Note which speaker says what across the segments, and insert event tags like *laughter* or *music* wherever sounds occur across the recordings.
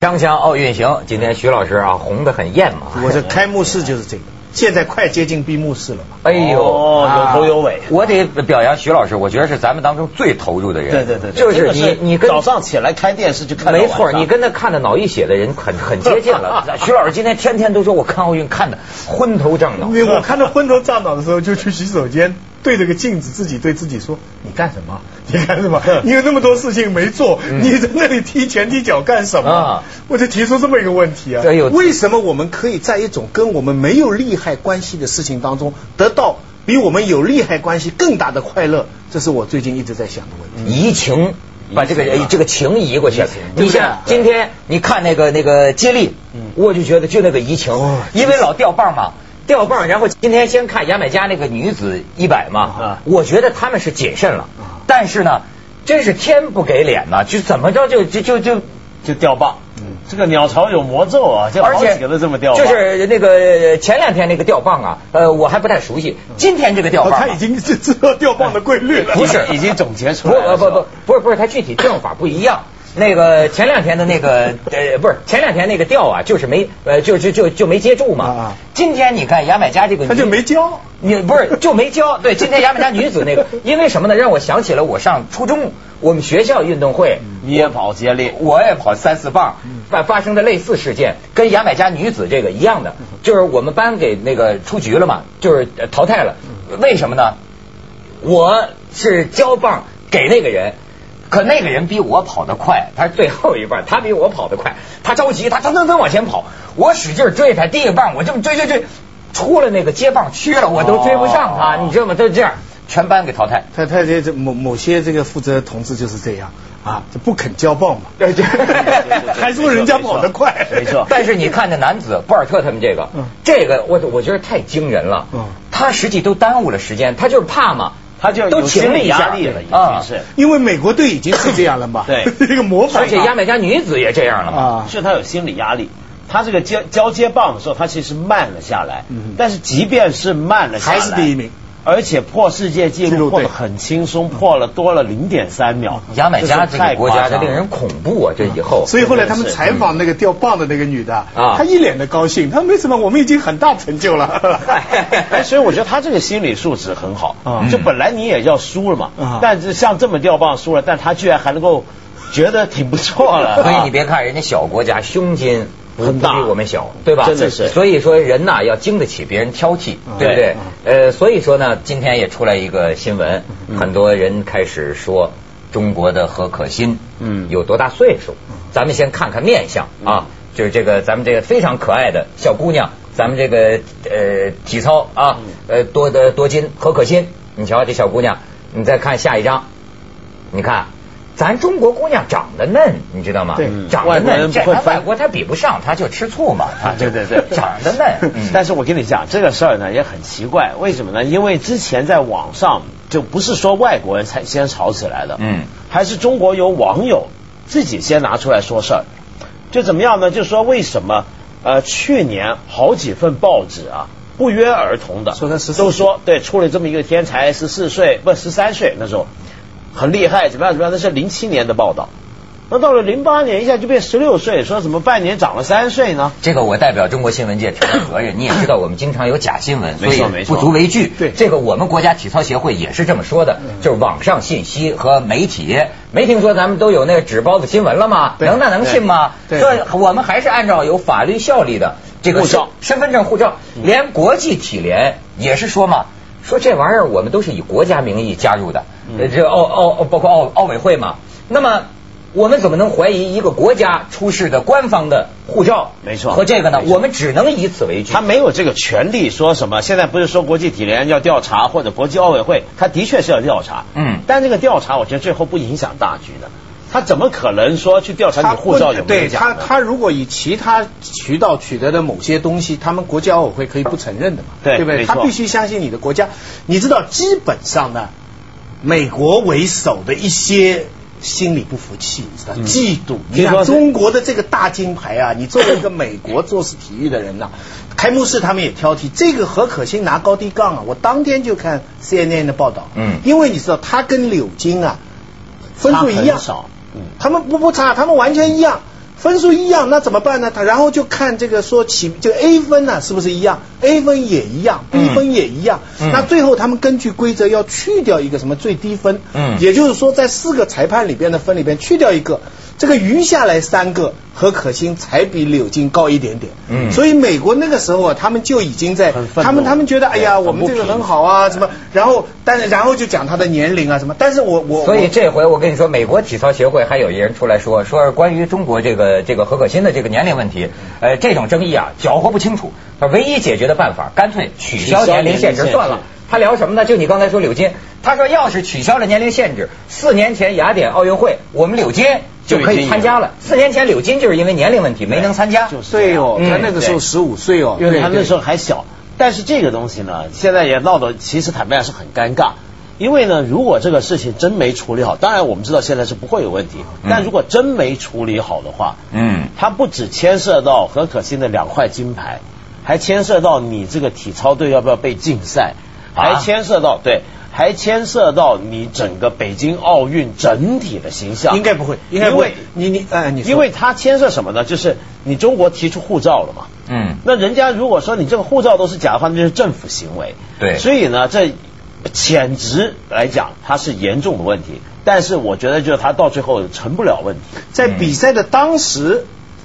Speaker 1: 锵锵奥运行，今天徐老师啊红的很艳
Speaker 2: 嗯
Speaker 1: 嘛。
Speaker 3: 我这开幕式就是这个，现在快接近闭幕式了嘛。
Speaker 1: 哎呦，
Speaker 2: 哦有头有尾
Speaker 1: 啊我得表扬徐老师，我觉得是咱们当中最投入的人。
Speaker 3: 对对对对
Speaker 1: 就是
Speaker 2: 这个
Speaker 1: 你，你跟
Speaker 2: 早上起来开电视就看到
Speaker 1: 没
Speaker 2: 晚上，
Speaker 1: 错，你跟他看的脑溢血的人很很接近了。
Speaker 2: *laughs*
Speaker 1: 徐老师今天天天都说我看奥运看的昏头胀脑。
Speaker 3: 因为我看到昏头胀脑的时候，就去洗手间，对着个镜子，自己对自己说：“ *laughs* 你干什么？你干什么？
Speaker 2: 嗯
Speaker 3: 你有那么多事情没做，你在那里踢前踢脚干什么
Speaker 1: 嗯啊？”
Speaker 3: 我就提出这么一个问题啊
Speaker 1: 哎呦，
Speaker 3: 为什么我们可以在一种跟我们没有利害关系的事情当中，得到比我们有利害关系更大的快乐？这是我最近一直在想的问题。
Speaker 1: 移情，把这个
Speaker 2: 移情啊
Speaker 1: 这个情移过去
Speaker 2: 移情。嗯
Speaker 1: 你
Speaker 3: 对不对
Speaker 1: 像今天你看那个那个接力，我就觉得就那个移情
Speaker 3: 哦，
Speaker 1: 因为老掉棒嘛。掉棒，然后今天先看牙买加那个女子一百嘛
Speaker 2: 啊，
Speaker 1: 我觉得他们是谨慎了
Speaker 3: 啊，
Speaker 1: 但是呢，真是天不给脸呐，就怎么着就就就就
Speaker 2: 就掉棒。这个鸟巢有魔咒啊，这
Speaker 1: 而
Speaker 2: 好
Speaker 1: 且
Speaker 2: 几个都这么掉棒。
Speaker 1: 就是那个前两天那个掉棒啊，呃，我还不太熟悉，
Speaker 2: 嗯
Speaker 1: 今天这个掉
Speaker 3: 哦
Speaker 1: 棒啊，
Speaker 3: 他已经知知道掉棒的规律了。
Speaker 1: *laughs* 不是
Speaker 2: 哎已经总结出
Speaker 1: 不
Speaker 2: 来了
Speaker 1: 不呃不
Speaker 2: 是吧
Speaker 1: 不不是不是，它具体正法不一样。那个前两天的那个呃不是前两天那个调啊，就是没呃就就就就没接住嘛。
Speaker 3: 啊啊
Speaker 1: 今天你看牙买加这个女，
Speaker 3: 他就没教。
Speaker 1: 你不是就没教？对，今天牙买加女子那个，因为什么呢？让我想起了我上初中我们学校运动会，
Speaker 2: 你也跑接力，
Speaker 1: 我也跑三四棒，嗯发发生的类似事件，嗯跟牙买加女子这个一样的，就是我们班给那个出局了嘛，就是呃淘汰了。为什么呢？我是交棒给那个人。可那个人比我跑得快，他是最后一棒，他比我跑得快，他着急，他蹭蹭蹭往前跑，我使劲追他，第一个棒我这么追追追，出了那个接棒区了，我都追不上他，
Speaker 2: 哦
Speaker 1: 你知道吗？就这样，全班给淘 *laughs* 汰。
Speaker 3: 他他这这某某些这个负责同志就是这样啊，这不肯交棒嘛，
Speaker 1: 对对
Speaker 2: 对
Speaker 3: *laughs* 还说人家跑得快，
Speaker 2: 没错
Speaker 1: *laughs* 但是你看那男
Speaker 2: *laughs*
Speaker 1: 子博尔特他们这个
Speaker 3: 嗯，
Speaker 1: 这个我我觉得太惊人了
Speaker 3: 嗯。
Speaker 1: 他实际都耽误了时间，他就是怕嘛，
Speaker 2: 他就
Speaker 1: 都
Speaker 2: 有
Speaker 1: 停
Speaker 2: 心
Speaker 1: 了一
Speaker 2: 理
Speaker 1: 下
Speaker 2: 压力了，已
Speaker 1: 啊
Speaker 2: 经是。
Speaker 3: 因为美国队已经是这样了嘛，
Speaker 2: 对
Speaker 3: *laughs* 这个
Speaker 2: 嗯
Speaker 3: 模啊板嘛，
Speaker 1: 而且牙买加女子也这样了嘛。
Speaker 3: 啊，
Speaker 2: 是他有心理压力。他这个接交接棒的时候，他其实慢了下来，
Speaker 3: 嗯
Speaker 2: 但是即便是慢了下来，
Speaker 3: 还是第一名，
Speaker 2: 而且破世界纪
Speaker 3: 纪录
Speaker 2: 录破
Speaker 3: 对
Speaker 2: 得很轻松，破了多了零点三秒。
Speaker 1: 牙买加这
Speaker 2: 是太
Speaker 1: 个国家，
Speaker 2: 夸张
Speaker 1: 它
Speaker 2: 了嗯
Speaker 1: 令人恐怖啊！这以后，
Speaker 3: 所以后来他们
Speaker 2: 是嗯
Speaker 3: 采访那个掉棒的那个女的，
Speaker 1: 啊
Speaker 3: 她一脸的高兴，她说没什么，我们已经很大成就
Speaker 2: *laughs*
Speaker 3: 了。 *laughs*
Speaker 2: 哎，所以我觉得他这个心理素质很好，
Speaker 3: 啊
Speaker 2: 嗯就本来你也要输了嘛，
Speaker 3: 啊
Speaker 2: 但是像这么掉棒输了，但他居然还能够觉得挺不错了。
Speaker 1: *laughs* 所以
Speaker 2: *laughs*
Speaker 1: 你别看人家小国家胸襟。不
Speaker 2: 很大
Speaker 1: 比我们小，对吧？
Speaker 2: 真的是
Speaker 1: 所以说人呐要经得起别人挑剔，对不对
Speaker 3: 嗯？
Speaker 1: 呃，所以说呢，今天也出来一个新闻，
Speaker 2: 嗯
Speaker 1: 很多人开始说中国的何可欣，嗯
Speaker 2: 嗯，
Speaker 1: 有多大岁数？咱们先看看面相啊，就是这个咱们这个非常可爱的小姑娘，咱们这个呃体操啊，
Speaker 2: 嗯
Speaker 1: 呃多得多金何可欣，你瞧这小姑娘，你再看下一张，你看。咱中国姑娘长得嫩，你知道吗？
Speaker 3: 对
Speaker 1: 长得
Speaker 2: 外国人
Speaker 1: 嫩，这
Speaker 2: 不会
Speaker 1: 她
Speaker 2: 翻
Speaker 1: 外国她比不上，她就吃醋嘛，她
Speaker 2: 啊，对对对， *laughs*
Speaker 1: 长得嫩。嗯
Speaker 2: 但是我跟你讲，这个事儿呢也很奇怪，为什么呢？因为之前在网上就不是说外国人才先吵起来的，
Speaker 1: 嗯，
Speaker 2: 还是中国有网友自己先拿出来说事儿，就怎么样呢？就说为什么呃去年好几份报纸啊。不约而同的，
Speaker 3: 说他14
Speaker 2: 都说对，出了这么一个天才，十四岁不十三岁那时候很厉害，怎么样怎么样？那是零七年的报道，那到了零八年一下就变十六岁，说怎么半年长了三岁呢？
Speaker 1: 这个我代表中国新闻界承担
Speaker 2: *laughs*
Speaker 1: 责任。你也知道，我们经常有假新闻，所
Speaker 2: 没错
Speaker 1: 以
Speaker 2: 没
Speaker 1: 不
Speaker 2: 错
Speaker 1: 足为惧。
Speaker 3: 对
Speaker 1: 这个我们国家体操协会也是这么说的，
Speaker 2: 嗯
Speaker 1: 就是网上信息和媒体，没听说咱们都有那个纸包子新闻了吗？
Speaker 3: 对
Speaker 1: 能那能信吗？
Speaker 3: 对
Speaker 1: 所以我们还是按照有法律效力的这个
Speaker 2: 护
Speaker 1: 身
Speaker 2: 照嗯
Speaker 1: 身份证、护照，连国际体联也是说嘛。说这玩意儿我们都是以国家名义加入的，呃
Speaker 2: 嗯
Speaker 1: 这奥奥包括奥奥委会嘛。那么我们怎么能怀疑一个国家出示的官方的护照？
Speaker 2: 没错
Speaker 1: 和这个呢
Speaker 2: 没，错
Speaker 1: 我们只能以此为据
Speaker 2: 他。没有这个权利说什么。现在不是说国际体联要调查或者国际奥委会，他的确是要调查，
Speaker 1: 嗯
Speaker 2: 但这个调查我觉得最后不影响大局的。他怎么可能说去调查
Speaker 3: 他
Speaker 2: 你护照有没有
Speaker 3: 对
Speaker 2: 假
Speaker 3: 他，
Speaker 2: 呢
Speaker 3: 他如果以其他渠道取得的某些东西，他们国际奥委会可以不承认的嘛，
Speaker 2: 对
Speaker 3: 不对？
Speaker 2: 没
Speaker 3: 他
Speaker 2: 错
Speaker 3: 必须相信你的国家。你知道，基本上呢，美国为首的一些。心里不服气，你知道，嫉妒。你
Speaker 2: 嗯听说
Speaker 3: 看
Speaker 2: 是
Speaker 3: 中国的这个大金牌啊，你作为一个美国做事体育的人呐、开幕式他们也挑剔。这个何可欣拿高低杠啊，我当天就看 CNN 的报道，
Speaker 1: 嗯
Speaker 3: 因为你知道，他跟柳金啊分数一
Speaker 2: 差
Speaker 3: 样
Speaker 2: 很少嗯
Speaker 3: 他们不不差，他们完全一样。分数一样，那怎么办呢？他然后就看这个说起这个 A 分呢、是不是一样？A 分也一样，B 分也一样。
Speaker 1: 嗯
Speaker 3: 那最后他们根据规则要去掉一个什么最低分，
Speaker 1: 嗯
Speaker 3: 也就是说在四个裁判里边的分里边去掉一个，这个余下来三个何可欣才比柳静高一点点。
Speaker 1: 嗯
Speaker 3: 所以美国那个时候啊，他们就已经在
Speaker 2: 很愤怒
Speaker 3: 他们他们觉得哎呀
Speaker 2: 很
Speaker 3: 我们这个
Speaker 2: 不平
Speaker 3: 很好啊什么，然后但是然后就讲他的年龄啊什么，但是我我
Speaker 1: 所以
Speaker 3: 我
Speaker 1: 这回我跟你说，美国体操协会还有一人出来说，说是关于中国这个这个何可欣的这个年龄问题，呃，这种争议啊搅和不清楚。他唯一解决的办法，干脆取消
Speaker 2: 取消
Speaker 1: 年龄
Speaker 2: 年龄
Speaker 1: 限制
Speaker 2: 限
Speaker 1: 算
Speaker 2: 制
Speaker 1: 了。他聊什么呢？就你刚才说柳金，他说要是取消了年龄限制，四年前雅典奥运会我们柳金就可
Speaker 2: 就已
Speaker 1: 以
Speaker 2: 经哎
Speaker 1: 参加了。四年前柳金就是因为年龄问题没能参加。
Speaker 2: 就是
Speaker 3: 对哦，
Speaker 1: 嗯
Speaker 3: 他那个时候
Speaker 2: 对
Speaker 3: 十五岁哦，
Speaker 2: 因为他
Speaker 3: 对
Speaker 2: 那
Speaker 3: 对
Speaker 2: 时候还小。但是这个东西呢，现在也闹得其实坦白讲是很尴尬，因为呢，如果这个事情真没处理好，当然我们知道现在是不会有问题，
Speaker 1: 嗯
Speaker 2: 但如果真没处理好的话，
Speaker 1: 嗯
Speaker 2: 它不只牵涉到何可欣的两块金牌，还牵涉到你这个体操队要不要被禁赛，
Speaker 1: 啊
Speaker 2: 还牵涉到对，还牵涉到你整个北京奥运整体的形象。
Speaker 3: 应该不会，应该不会。你你哎，你说
Speaker 2: 因为它牵涉什么呢？就是你中国提出护照了嘛。
Speaker 1: 嗯，
Speaker 2: 那人家如果说你这个护照都是假的话，那就是政府行为。
Speaker 1: 对
Speaker 2: 所以呢，这潜质来讲，它是严重的问题。但是我觉得，就是它到最后成不了问题。
Speaker 1: 嗯
Speaker 3: 在比赛的当时。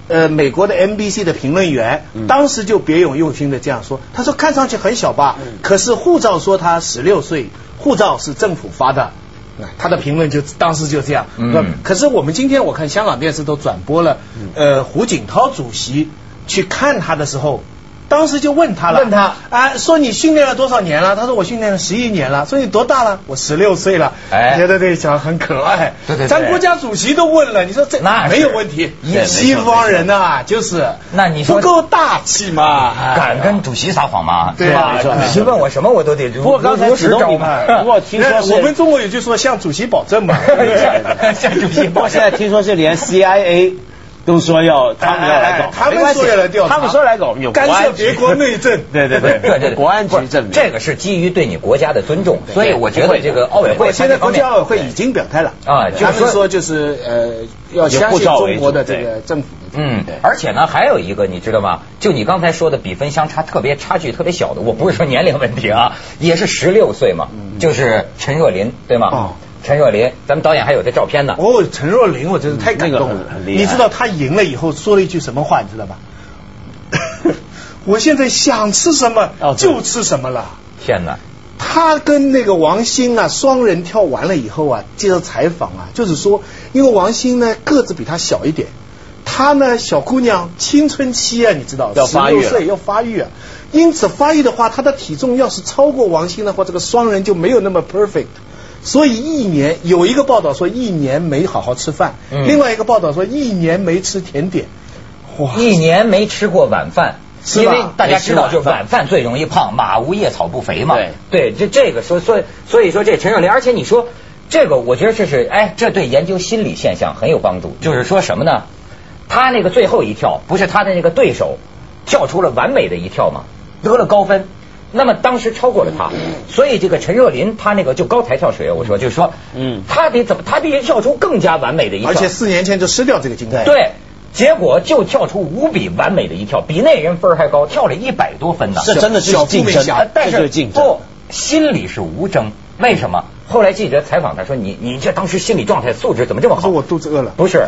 Speaker 3: 呃，美国的 NBC 的评论员、
Speaker 2: 嗯
Speaker 3: 当时就别有用心的这样说，他说看上去很小吧，
Speaker 2: 嗯
Speaker 3: 可是护照说他十六岁，护照是政府发的，那他的评论就当时就这样。
Speaker 1: 嗯
Speaker 3: 可是我们今天我看香港电视都转播了，呃，胡锦涛主席去看他的时候，当时就问他了，
Speaker 1: 问他
Speaker 3: 啊，说你训练了多少年了？他说我训练了十一年了。说你多大了？我十六岁了。
Speaker 1: 哎
Speaker 3: 觉得这个小孩很可爱。
Speaker 1: 对对对
Speaker 3: 咱国家主席都问了，你说这
Speaker 1: 那是
Speaker 3: 没有问题
Speaker 1: 也没。错
Speaker 3: 西方人呐、就是
Speaker 1: 那你说
Speaker 3: 不够大气嘛？
Speaker 2: 哎
Speaker 1: 敢跟主席撒谎吗？
Speaker 3: 对
Speaker 1: 吧
Speaker 2: 啊
Speaker 3: 没错没？
Speaker 1: 你
Speaker 3: 错
Speaker 1: 是问我什么我都得如
Speaker 2: 不过刚才
Speaker 1: 如实
Speaker 2: 启动
Speaker 1: 照
Speaker 2: 你
Speaker 1: 办。
Speaker 2: 不过听说是
Speaker 3: 我们中国有句说向主席保证
Speaker 2: *laughs*
Speaker 3: 嘛。哎
Speaker 1: 向主席
Speaker 2: 不过现在听说是连 CIA 都说要他们要来
Speaker 3: 哎
Speaker 2: 搞，
Speaker 3: 哎他们
Speaker 2: 没关系
Speaker 3: 说要来调查
Speaker 2: 他们说来搞，有
Speaker 3: 干
Speaker 2: 国
Speaker 3: 涉
Speaker 2: 安局
Speaker 3: 别国内政
Speaker 2: 对对对，
Speaker 1: *laughs* 对对对，
Speaker 2: 国安
Speaker 1: 不
Speaker 2: 局
Speaker 1: 是
Speaker 2: 证明
Speaker 1: 这个是基于对你国家的尊重，所以我觉得这个奥委会
Speaker 3: 现
Speaker 1: 它
Speaker 3: 在
Speaker 1: 这方
Speaker 3: 国
Speaker 1: 面
Speaker 3: 家奥委会已经表态了
Speaker 1: 啊就是
Speaker 3: 他们
Speaker 1: 说
Speaker 3: 说就是呃要
Speaker 2: 以
Speaker 3: 相
Speaker 2: 护
Speaker 3: 信
Speaker 2: 照为
Speaker 3: 中国
Speaker 2: 主
Speaker 3: 的这
Speaker 2: 对
Speaker 3: 个政府的
Speaker 1: 嗯
Speaker 2: 对，
Speaker 1: 而且呢，还有一个你知道吗？就你刚才说的比分相差特别差距特别小的，我不是说年龄问题啊， *laughs* 也是十六岁嘛，
Speaker 2: 嗯
Speaker 1: 就是陈若琳对吗？
Speaker 3: 哦
Speaker 1: 陈若琳，咱们导演还有这照片呢。
Speaker 3: 哦，陈若琳，我真是太感动了
Speaker 2: 那。个很很厉害
Speaker 3: 你知道她赢了以后说了一句什么话，你知道吧？ *laughs* 我现在想吃什么、
Speaker 2: 哦对
Speaker 3: 就吃什么了。
Speaker 1: 天哪！
Speaker 3: 她跟那个王兴啊双人跳完了以后啊，接受采访啊，就是说，因为王兴呢个子比她小一点，她呢小姑娘青春期啊，你知道，
Speaker 2: 要发育了
Speaker 3: 16岁要发育啊，因此发育的话，她的体重要是超过王兴的话，这个双人就没有那么 perfect。所以一年有一个报道说一年没好好吃饭，
Speaker 1: 嗯
Speaker 3: 另外一个报道说一年没吃甜点，哇！
Speaker 1: 一年没吃过晚饭。
Speaker 3: 是
Speaker 1: 因
Speaker 3: 吧
Speaker 1: 为大家知道，
Speaker 2: 没吃
Speaker 1: 就
Speaker 2: 晚
Speaker 1: 是晚饭最容易胖，马无夜草不肥嘛。对，这这个说，所以所以说这陈若琳，而且你说这个，我觉得这是哎，这对研究心理现象很有帮助。就是说什么呢？他那个最后一跳，不是他的那个对手跳出了完美的一跳嘛，得了高分。那么当时超过了他，所以这个陈若琳她那个就高台跳水，我说就是说，
Speaker 2: 嗯
Speaker 1: 她得怎么，她必须跳出更加完美的一跳，
Speaker 3: 而且四年前就失掉这个金
Speaker 2: 哎
Speaker 3: 牌，
Speaker 1: 对，结果就跳出无比完美的一跳，比那人分儿还高，跳了一百多分呢。
Speaker 2: 这真的就
Speaker 3: 小富
Speaker 2: 是竞
Speaker 3: 美
Speaker 2: 争
Speaker 3: 侠，
Speaker 2: 这
Speaker 1: 但
Speaker 2: 就是
Speaker 1: 是
Speaker 2: 竞争，
Speaker 1: 不。，心里是无争。为什么？后来记者采访他说：“你你这当时心理状态素质怎么这么
Speaker 3: 他
Speaker 1: 好
Speaker 3: 说？”我肚子饿了，
Speaker 1: 不 *laughs*
Speaker 3: *laughs*
Speaker 1: 是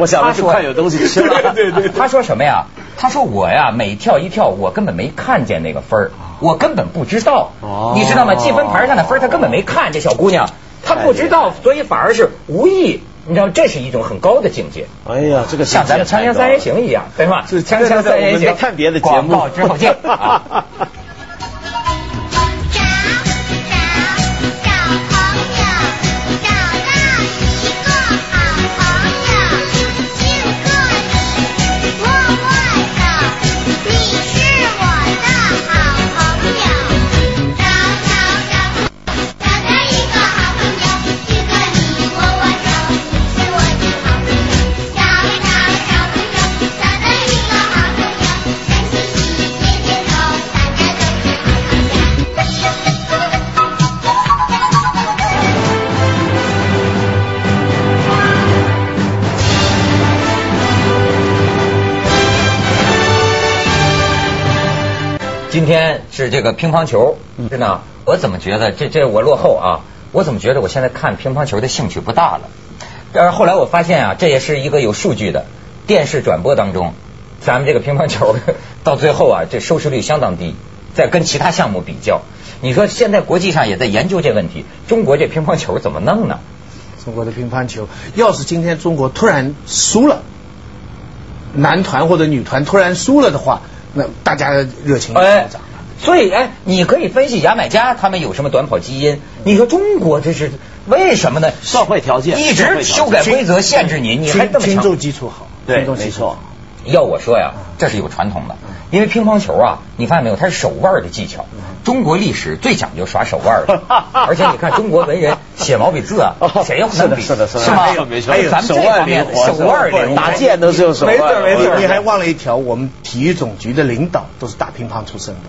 Speaker 2: 我想的是快有东西吃了
Speaker 1: 对对对，他说什么呀？他说我呀，每跳一跳，我根本没看见那个分儿，我根本不知道，
Speaker 2: 哦
Speaker 1: 你知道吗？记分牌上的分儿，他根本没看。这小姑娘，她不知道，所以反而是无意。你知道，这是一种很高的境界。
Speaker 2: 哎呀，这个
Speaker 1: 像咱们《锵锵三人行》一样，对吧？
Speaker 2: 是
Speaker 1: 锵锵三人
Speaker 2: 我
Speaker 1: 行，
Speaker 2: 们看别的节
Speaker 1: 广
Speaker 2: 目
Speaker 1: 告之后 *laughs* 见。啊
Speaker 4: 找找找朋友，找到一个好朋友，经过你默默走，你是我的好朋友。找找找，找到一个好朋友，经过你握握手，你是我的好朋友。找找找朋友，找到一个好朋友，笑嘻嘻，天天都大家
Speaker 1: 今天是这个乒乓球，真的，我怎么觉得这这我落后啊？我怎么觉得我现在看乒乓球的兴趣不大了？但是后来我发现啊，这也是一个有数据的，电视转播当中，咱们这个乒乓球 *laughs* 到最后啊，这收视率相当低，在跟其他项目比较，你说现在国际上也在研究这问题，中国这乒乓球怎么弄呢？
Speaker 3: 中国的乒乓球，要是今天中国突然输了，男团或者女团突然输了的话，那大家的热
Speaker 2: 嗯
Speaker 3: 情就
Speaker 1: 哎
Speaker 3: 上涨。，
Speaker 1: 所以哎，你可以分析牙买加他们有什么短跑基因。你说中国这是为什么呢？
Speaker 2: 社会条件
Speaker 1: 一
Speaker 2: 社会
Speaker 1: 直
Speaker 2: 条
Speaker 1: 修
Speaker 2: 件
Speaker 1: 改规则限制你，你还
Speaker 3: 群
Speaker 1: 这么
Speaker 3: 群众
Speaker 1: 强？
Speaker 3: 基础好，
Speaker 2: 对
Speaker 3: 群众基
Speaker 2: 没
Speaker 3: 础
Speaker 2: 错
Speaker 3: 好。
Speaker 1: 要我说呀，这是有传统的，因为乒乓球啊，你发现没有，它是手腕的技
Speaker 2: 嗯
Speaker 1: 巧。中国历史最讲究耍手腕
Speaker 2: *laughs*
Speaker 1: 的，而且你看中国文人写毛笔字啊，谁又
Speaker 2: 是
Speaker 1: 能
Speaker 2: 的，
Speaker 1: 比？
Speaker 2: 哦是的，是的，
Speaker 1: 吗
Speaker 2: 没有没？错
Speaker 1: 还有咱们
Speaker 2: 手
Speaker 1: 这
Speaker 2: 腕
Speaker 1: 方
Speaker 2: 灵
Speaker 1: 面
Speaker 2: 活，
Speaker 1: 手腕灵活，
Speaker 2: 打剑都是用手腕。
Speaker 5: 没错没错
Speaker 2: 我
Speaker 3: 啊你还忘了一条，我们体育总局的领导都是打乒乓出身的，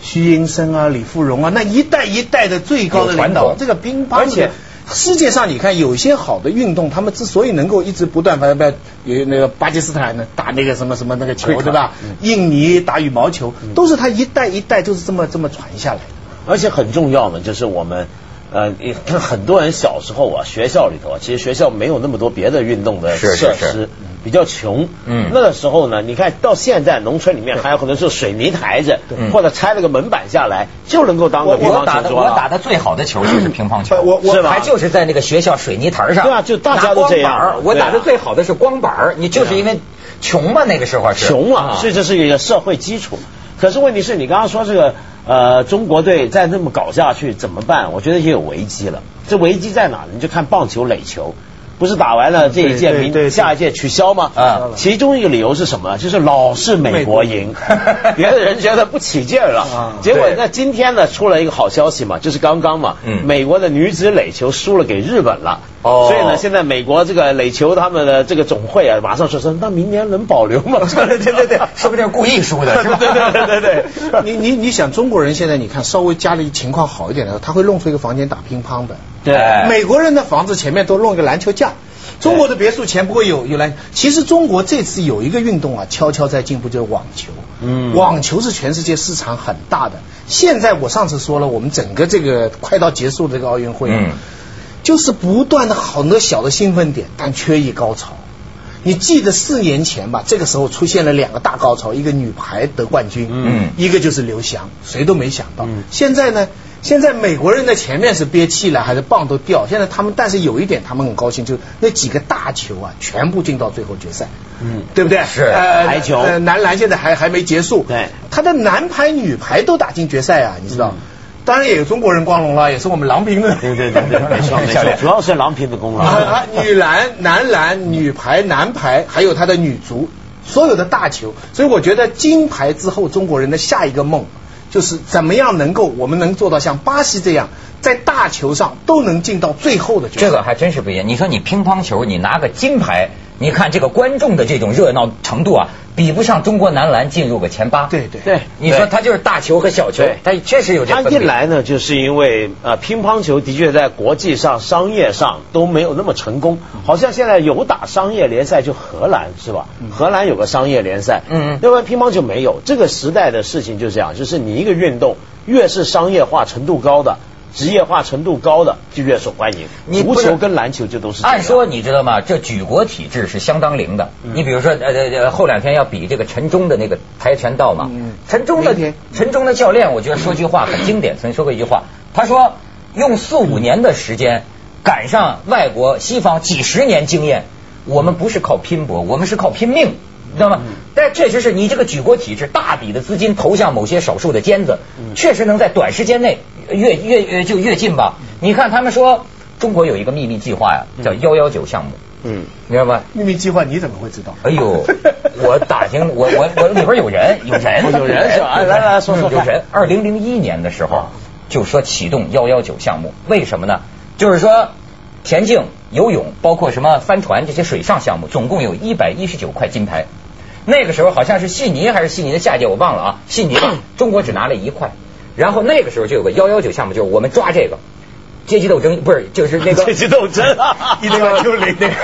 Speaker 3: 徐英生啊、李富荣啊，那一代一代的最高的
Speaker 1: 有
Speaker 3: 领
Speaker 1: 传
Speaker 3: 导，
Speaker 1: 统
Speaker 3: 这个乒乓，
Speaker 2: 而且。
Speaker 3: 世界上你看有一些好的运动，他们之所以能够一直不断，不不，有那个巴基斯坦呢打那个什么什么那个球，对吧？印尼打羽毛球，都是他一代一代就是这么这么传下来的。
Speaker 2: 而且很重要呢，就是我们。呃，你看 *clears throat* 很多人小时候啊，学校里头啊，其实学校没有那么多别的运动的
Speaker 1: 是是
Speaker 2: 设施，
Speaker 1: 是
Speaker 2: 比较穷。
Speaker 1: 嗯
Speaker 2: 那个时候呢，你看到现在农村里面还有可能是水泥台子，或者拆了个门板下来就能够当个
Speaker 1: 我
Speaker 2: 乒
Speaker 1: 嗯我
Speaker 2: 乓
Speaker 1: 打
Speaker 2: 球
Speaker 1: 的
Speaker 2: 桌
Speaker 1: 我
Speaker 2: 了。
Speaker 1: 打的最好的球就是乒乓 *clears throat* 球，
Speaker 3: 我
Speaker 2: 我是吧
Speaker 1: 啊还就是在那个学校水泥台上，
Speaker 2: 对啊就大家都这样啊
Speaker 1: 拿光板儿我打的最好的是光板儿，你就是因为穷嘛，那个时候是
Speaker 2: 穷啊，所以这是一个社会基础。可是问题是你刚刚说这个呃中国队再那么搞下去怎么办？我觉得也有危机了。这危机在哪呢？你就看棒球垒球，不是打完了这一届
Speaker 3: 对对
Speaker 2: 明
Speaker 3: 对
Speaker 2: 下一届取消吗？
Speaker 1: 啊
Speaker 2: 其中一个理由是什么？就是老是美国赢， *laughs* 别的人觉得不起劲儿了
Speaker 3: 啊。
Speaker 2: 结果
Speaker 1: 对
Speaker 2: 那今天呢出了一个好消息嘛，就是刚刚嘛，
Speaker 1: 嗯
Speaker 2: 美国的女子垒球输了给日本了。
Speaker 1: 哦
Speaker 2: 所以呢，现在美国这个垒球他们的这个总会啊，马上说说，那明年能保留 *laughs* 吗？对对对对，
Speaker 1: 说不定故意输的，是吧？
Speaker 2: 对对对对对，
Speaker 3: 你你你想中国人现在你看稍微家里情况好一点的时候，他会弄出一个房间打乒乓的。
Speaker 1: 哎
Speaker 3: 美国人的房子前面都弄一个篮球架，中国的别墅前不会有有篮。其实中国这次有一个运动啊，悄悄在进步，就是网球。
Speaker 2: 嗯
Speaker 3: 网球是全世界市场很大的。现在我上次说了，我们整个这个快到结束的这个奥运会，啊
Speaker 1: 嗯
Speaker 3: 就是不断的很多小的兴奋点，但缺一高潮。你记得四年前吧，这个时候出现了两个大高潮，一个女排得冠军，
Speaker 2: 嗯
Speaker 3: 一个就是刘翔，谁都没想到。
Speaker 2: 嗯
Speaker 3: 现在呢，现在美国人在前面是憋气了，还是棒都掉。现在他们，但是有一点他们很高兴，就是那几个大球啊，全部进到最后决赛。
Speaker 2: 嗯
Speaker 3: 对不对？
Speaker 1: 是
Speaker 2: 排球
Speaker 3: 呃，男篮现在还还没结束，
Speaker 2: 对嗯
Speaker 3: 他的男排、女排都打进决赛啊，你知道。当然也有中国人光荣了，也是我们郎平的。
Speaker 2: 对对对对，没 *laughs* 错没错，主要是郎平的功劳
Speaker 3: 啊。啊！女篮、男篮、女排、男排，还有他的女足，所有的大球。所以我觉得金牌之后，中国人的下一个梦就是怎么样能够我们能做到像巴西这样，在大球上都能进到最后的决赛。
Speaker 1: *laughs* 这个还真是不一样。你说你乒乓球，你拿个金牌，你看这个观众的这种热闹程度啊，比不上中国男篮进入个前八。
Speaker 3: 对对
Speaker 2: *laughs* 对
Speaker 1: 你说他就是大球和小球
Speaker 2: 对，
Speaker 1: 他确实有这
Speaker 2: 他
Speaker 1: 分
Speaker 2: 一
Speaker 1: 别。
Speaker 2: 来呢，就是因为呃，乒乓球的确在国际上、商业上都没有那么成功。
Speaker 1: 嗯
Speaker 2: 好像现在有打商业联赛，就荷兰是吧？荷兰有个商业联赛，
Speaker 1: 嗯嗯嗯
Speaker 2: 要不然乒乓球没有。这个时代的事情就这样，就是你一个运动越是商业化程度高的、职业化程度高的，就越受欢迎。
Speaker 1: 你
Speaker 2: 足
Speaker 1: 不是
Speaker 2: 球跟篮球就都是这样。
Speaker 1: 按说你知道吗？这举国体制是相当灵的。
Speaker 2: 嗯
Speaker 1: 你比如说，呃呃，呃后两天要比这个陈忠的那个跆拳道嘛。
Speaker 3: 嗯
Speaker 1: 陈忠的
Speaker 3: 明天
Speaker 1: 陈忠的教练，我觉得说句话很经典，曾经说过一句话，他说用四五年的时间赶上外国西方几十年经验，我们不是靠拼搏，我们是靠拼命。你知道吗？但确实是你这个举国体制，大笔的资金投向某些少数的尖子，确实能在短时间内呃越越越就越近吧。你看他们说中国有一个秘密计划呀、叫幺幺九项目，
Speaker 2: 嗯，
Speaker 1: 你知道吧？
Speaker 3: 秘密计划你怎么会知道？
Speaker 1: 哎
Speaker 2: *laughs*
Speaker 1: 呦，我打听我我我里边有人有人
Speaker 2: 哦有人是吧来来来说说
Speaker 1: 有
Speaker 2: 看
Speaker 1: 人。二零零一年的时候就说启动幺幺九项目，为什么呢？就是说田径、游泳，包括什么帆船这些水上项目，总共有一百一十九块金牌。那个时候好像是悉尼还是悉尼的下届，我忘了啊。悉尼
Speaker 2: *coughs*
Speaker 1: 吧中国只拿了一块。然后那个时候就有个幺幺九项目，就是我们抓这个阶级斗争，不是就是 *laughs* 那
Speaker 2: *laughs*
Speaker 1: 个
Speaker 2: 这是斗争
Speaker 1: *laughs*
Speaker 2: 啊
Speaker 5: 一六六
Speaker 2: *laughs*
Speaker 5: 零那个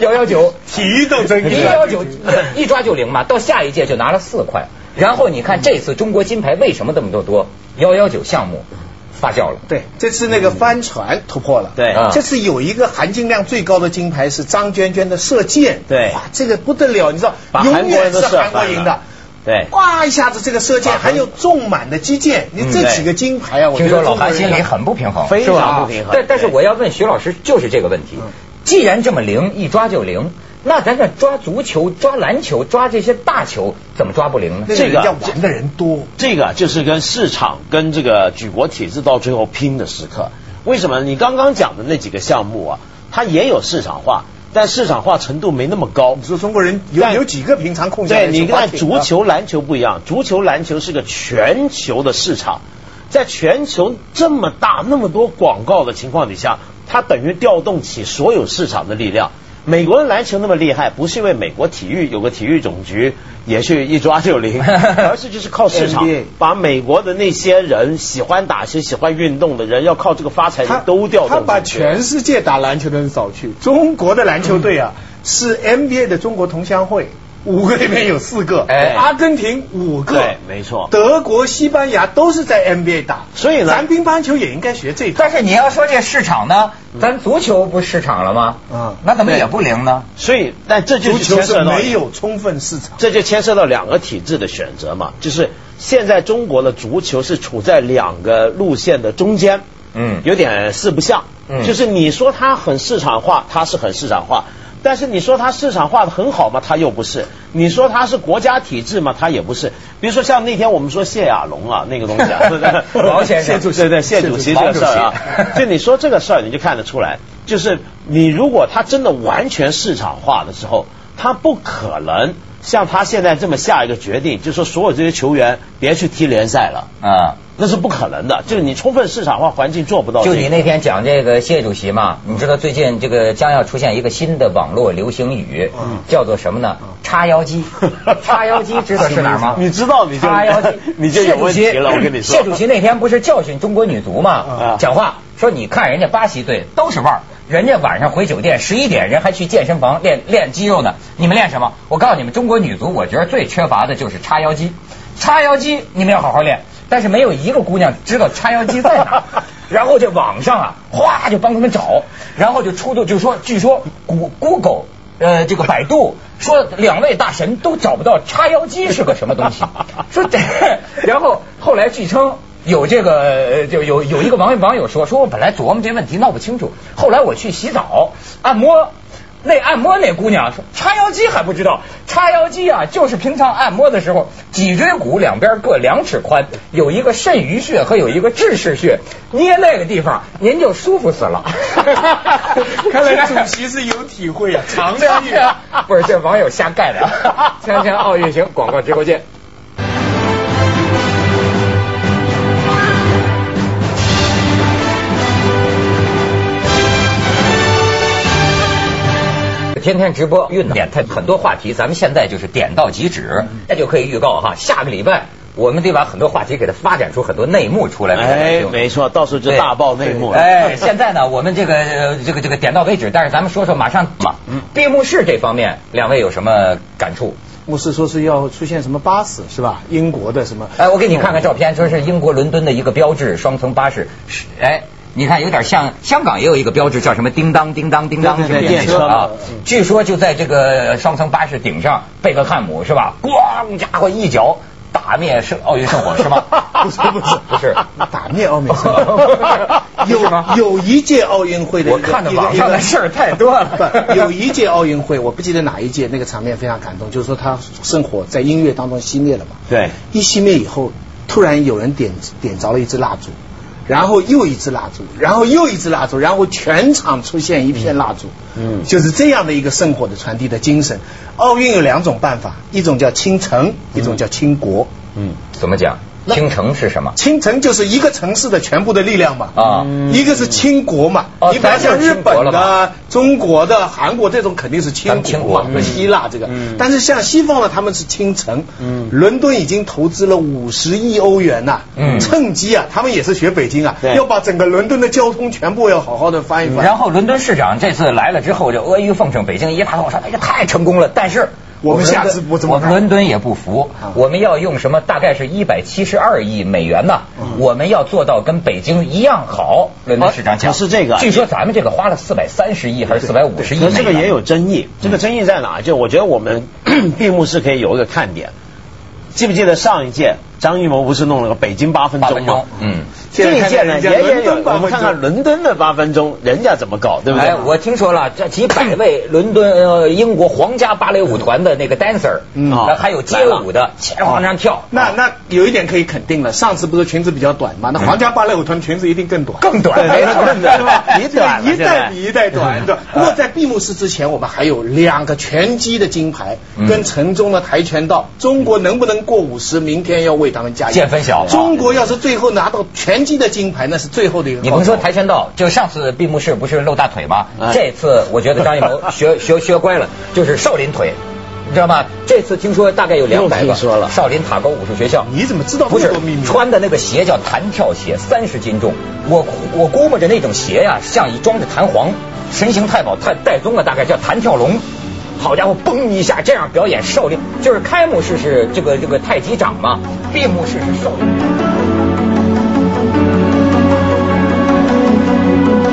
Speaker 1: 幺幺九
Speaker 5: 体育斗争，
Speaker 1: *laughs* 一幺九一抓就零嘛，到下一届就拿了四块。然后你看这次中国金牌为什么这么多多？幺幺九项目发酵了，
Speaker 3: 对，这次那个帆船突破了。
Speaker 2: 对
Speaker 1: 啊
Speaker 3: 这次有一个含金量最高的金牌是张娟娟的射箭。
Speaker 2: 对
Speaker 3: 哇，这个不得了，你知道
Speaker 2: 把，韩
Speaker 3: 永
Speaker 2: 国
Speaker 3: 远
Speaker 2: 人都
Speaker 3: 是
Speaker 2: 射
Speaker 3: 韩国
Speaker 2: 翻
Speaker 3: 赢
Speaker 2: 了
Speaker 3: 的。
Speaker 2: *laughs* 对，嗯
Speaker 3: 哇，一下子这个射箭，还有重满的击剑，你这
Speaker 2: 对
Speaker 3: 几个金牌啊，我觉
Speaker 1: 听
Speaker 3: 得
Speaker 1: 说老
Speaker 3: 中国
Speaker 1: 韩
Speaker 3: 人
Speaker 1: 心里
Speaker 3: 啊
Speaker 1: 很不平衡，
Speaker 2: 非
Speaker 1: 是吧
Speaker 2: 常不平衡
Speaker 1: 但但是
Speaker 2: 对
Speaker 1: 我要问徐老师，就是这个问题。
Speaker 3: 嗯
Speaker 1: 既然这么灵，一抓就灵，那咱这抓足球、抓篮球、抓这些大球，怎么抓不灵呢？
Speaker 3: 那
Speaker 2: 这个
Speaker 3: 个要玩的人多，
Speaker 2: 这个就是跟市场跟这个举国体制到最后拼的时刻。为什么？你刚刚讲的那几个项目啊，它也有市场化，但市场化程度没那么高
Speaker 3: 你。说中国人有
Speaker 2: 但
Speaker 3: 有几个平常空下来
Speaker 2: 对你
Speaker 3: 去划
Speaker 2: 看
Speaker 3: 艇
Speaker 2: 足
Speaker 3: 的
Speaker 2: 球、篮球不一样，足球、篮球是个全球的市场，在全球这么大、那么多广告的情况底下，它等于调动起所有市场的力量。美国的篮球那么厉害，不是因为美国体育有个体育总局也去一抓
Speaker 3: *laughs*
Speaker 2: 就灵，而是就是靠市场
Speaker 3: NBA，
Speaker 2: 把美国的那些人喜欢打球、喜欢运动的人，要靠这个发财
Speaker 3: 他
Speaker 2: 的都调动
Speaker 3: 他把
Speaker 2: 进去
Speaker 3: 全世界打篮球的人找去。中国的篮球队啊，是 NBA 的中国同乡会，五个里面有四个，
Speaker 1: 哎
Speaker 3: 阿根廷五个
Speaker 2: 对，，没错。
Speaker 3: 德国、西班牙都是在 NBA 打，
Speaker 2: 所以呢
Speaker 3: 咱乒乓球也应该学这一套。
Speaker 1: 但是你要说这市场呢，咱足球不市场了吗？
Speaker 3: 嗯
Speaker 1: 那怎么也不灵呢？
Speaker 2: 所以，但这就
Speaker 3: 足
Speaker 2: 是
Speaker 3: 球
Speaker 2: 牵涉
Speaker 3: 是
Speaker 2: 到
Speaker 3: 没有充分市
Speaker 1: *laughs*
Speaker 3: 场，
Speaker 2: 这就牵涉到两个体制的选择嘛，就是现在中国的足球是处在两个路线的中间，
Speaker 1: 嗯
Speaker 2: 有点四不像，
Speaker 1: 嗯，
Speaker 2: 就是你说它很市场化，它是很市场化，但是你说它市场化的很好嘛，它又不是，你说它是国家体制嘛，它也不是，比如说像那天我们说谢亚龙啊，那个东西啊
Speaker 1: *laughs* 王先生
Speaker 2: 谢主席对对，谢主席这个事儿
Speaker 1: 王
Speaker 2: 啊
Speaker 1: 主，席
Speaker 2: *laughs* 就你说这个事儿，你就看得出来，就是你如果它真的完全市场化的时候，它不可能像他现在这么下一个决定，就说所有这些球员别去踢联赛了，
Speaker 1: 啊、
Speaker 2: 那是不可能的。就是你充分市场化环境做不到、这
Speaker 1: 就
Speaker 2: 个。
Speaker 1: 你那天讲这个谢主席嘛，你知道最近这个将要出现一个新的网络流行语，
Speaker 2: 嗯
Speaker 1: 叫做什么呢？叉腰
Speaker 2: *laughs*
Speaker 1: 肌。叉腰肌知道是哪儿吗？
Speaker 2: 你知道你就
Speaker 1: 叉腰肌
Speaker 2: *laughs* ，你就有问题了。我跟你说，
Speaker 1: 哎谢主席谢主席那天不是教训中国女足
Speaker 2: 啊
Speaker 1: 嘛，讲话说你看人家巴西队都是腕儿，人家晚上回酒店十一点，人还去健身房练练肌肉呢。你们练什么？我告诉你们，中国女足我觉得最缺乏的就是叉腰肌，叉腰肌你们要好好练。但是没有一个姑娘知道叉腰肌在
Speaker 2: *laughs*
Speaker 1: 哪儿，然后这网上啊，哗就帮他们找，然后就出就就说，据说谷 Google 呃，这个百度说两位大神都找不到叉腰肌是个什么东
Speaker 3: *laughs*
Speaker 1: 西，说这，然后后来据称有这个呃就有有一个网网友说，说我本来琢磨这问题闹不清楚，后来我去洗澡按摩。那按摩那姑娘说叉腰肌还不知道，叉腰肌啊，就是平常按摩的时候，脊椎骨两边各两尺宽，有一个肾俞穴和有一个志士穴，捏那个地方您就舒服死了。 *laughs*
Speaker 3: 看来主席是有体会
Speaker 1: *laughs*
Speaker 3: 啊，常
Speaker 1: 对啊
Speaker 3: 参与
Speaker 1: 对。啊，不是这网友瞎盖的。啊锵锵奥运行，广告直播间。天天直播运点，它很多话题，咱们现在就是点到即止，那就可以预告哈，下个礼拜我们得把很多话题给它发展出很多内幕出来。给大家
Speaker 2: 哎，
Speaker 1: 听
Speaker 2: 没错，到时候就
Speaker 1: 对
Speaker 2: 大爆内幕了。
Speaker 1: 哎，现在呢，我们这个呃这个这个点到为止，但是咱们说说马上嘛，闭幕式这方面，两位有什么感触？
Speaker 3: 牧师说是要出现什么巴士是吧？英国的什么？
Speaker 1: 哎，我给你看看照片，说是英国伦敦的一个标志，双层巴士，是哎。你看，有点像香港也有一个标志，叫什么“叮当叮当叮当”
Speaker 3: 对对对
Speaker 1: 是电
Speaker 3: 电车
Speaker 1: 啊
Speaker 3: 嗯。
Speaker 1: 据说就在这个双层巴士顶上，贝克汉姆是吧？咣，家伙一脚打灭圣奥运圣火是吗？
Speaker 3: *laughs* 不是不是
Speaker 1: 不是，
Speaker 3: 打灭奥运
Speaker 1: *laughs*
Speaker 3: 会，
Speaker 1: 是吗
Speaker 3: 有有一届奥运会的一个，
Speaker 1: 我看的
Speaker 3: 一个
Speaker 1: 网上的事儿太多了
Speaker 3: *laughs* 不有一届奥运会，我不记得哪一届，那个场面非常感动，就是说他圣火在音乐当中熄灭了嘛。
Speaker 2: 对嗯
Speaker 3: 一熄灭以后，突然有人点点着了一支蜡烛，然后又一支蜡烛，然后又一支蜡烛，然后全场出现一片蜡烛。
Speaker 2: 嗯嗯
Speaker 3: 就是这样的一个圣火的传递的精神。奥运有两种办法，一种叫倾城，一种叫倾国。
Speaker 2: 嗯，
Speaker 1: 怎么讲？京城是什么？
Speaker 3: 倾城就是一个城市的全部的力量嘛，
Speaker 1: 啊
Speaker 3: 一个是倾国嘛，
Speaker 1: 哦
Speaker 3: 你比方像日
Speaker 1: 咱就是倾国
Speaker 3: 本
Speaker 1: 了嘛
Speaker 3: 的、中国的、韩国这种肯定是
Speaker 1: 咱
Speaker 3: 倾
Speaker 1: 们倾
Speaker 3: 国
Speaker 1: 国
Speaker 3: 嘛，
Speaker 1: 对
Speaker 3: 希腊这个
Speaker 2: 嗯，
Speaker 3: 但是像西方呢，他们是倾城，
Speaker 2: 嗯
Speaker 3: 伦敦已经投资了五十亿欧元呐
Speaker 1: 嗯，
Speaker 3: 趁机啊，他们也是学北京啊
Speaker 2: 对，
Speaker 3: 要把整个伦敦的交通全部要好好的翻
Speaker 1: 嗯
Speaker 3: 一翻，
Speaker 1: 然后伦敦市长这次来了之后，就阿谀奉承北京一大通，说哎呀太成功了，但是
Speaker 5: 我们下次我怎么
Speaker 1: 我们
Speaker 5: 办？
Speaker 1: 伦敦也不服
Speaker 5: 啊，
Speaker 1: 我们要用什么？大概是一百七十二亿美元呢、
Speaker 2: 嗯
Speaker 1: 我们要做到跟北京一样好。伦敦市长讲、
Speaker 2: 啊可是这个
Speaker 1: 据说咱们这个花了四百三十亿还是四百五十亿美
Speaker 2: 可
Speaker 1: 元？
Speaker 2: 是这个也有争议，这个争议在哪？就我觉得我们 *clears throat* 闭幕式可以有一个看点，记不记得上一届张艺谋不是弄了个北京八分
Speaker 1: 八
Speaker 2: 钟
Speaker 1: 分
Speaker 2: 吗
Speaker 1: 钟？，嗯。
Speaker 2: 这一届
Speaker 5: 现在看看
Speaker 2: 呢
Speaker 5: 人家
Speaker 2: 也也
Speaker 5: 伦
Speaker 2: 有，
Speaker 5: 敦八分钟
Speaker 2: 我们看看伦敦的八分钟，人家怎么搞，对不对？
Speaker 1: 哎，我听说了，这几百位伦敦、呃、英国皇家芭蕾舞团的那个 dancer，
Speaker 3: 嗯
Speaker 1: 那还有街舞
Speaker 2: 啊
Speaker 1: 的，前往上跳，
Speaker 3: 那那有一点可以肯定了，上次不是裙子比较短嘛？那皇家芭蕾舞团裙子一定嗯更短，
Speaker 1: 更短
Speaker 3: 对
Speaker 1: 没讨论的
Speaker 3: 是吧？
Speaker 2: 比短
Speaker 3: *laughs*
Speaker 2: 了
Speaker 3: 一代
Speaker 2: 现在
Speaker 3: 比一代 *laughs* 短，对吧？不过在闭幕式之前，我们还有两个拳击的金牌
Speaker 1: 嗯
Speaker 3: 跟城中的跆拳道，中国能不能过五十，明天要为他们加油。
Speaker 1: 见分晓
Speaker 3: 中国要是最后拿到拳击的金牌，那是最后的一个。
Speaker 1: 你甭说跆。拳道，就上次闭幕式不是露大腿吗？
Speaker 2: 哎
Speaker 1: 这次我觉得张艺
Speaker 3: *laughs*
Speaker 1: 谋学学学乖了，就是少林腿，你知道吗？这次听说大概有两百
Speaker 2: 又
Speaker 1: 个
Speaker 2: 听说了
Speaker 1: 少林塔沟武术学校。
Speaker 3: 你怎么知道
Speaker 1: 不
Speaker 3: 这
Speaker 1: 是
Speaker 3: 么多秘密？
Speaker 1: 穿的那个鞋叫弹跳鞋，三十斤重。我我估摸着那种鞋呀、像一装着弹簧，神行太保太戴宗啊，大概叫弹跳龙。好家伙，嘣一下这样表演少林，就是开幕式是这个这个太极掌嘛，闭幕式是少林。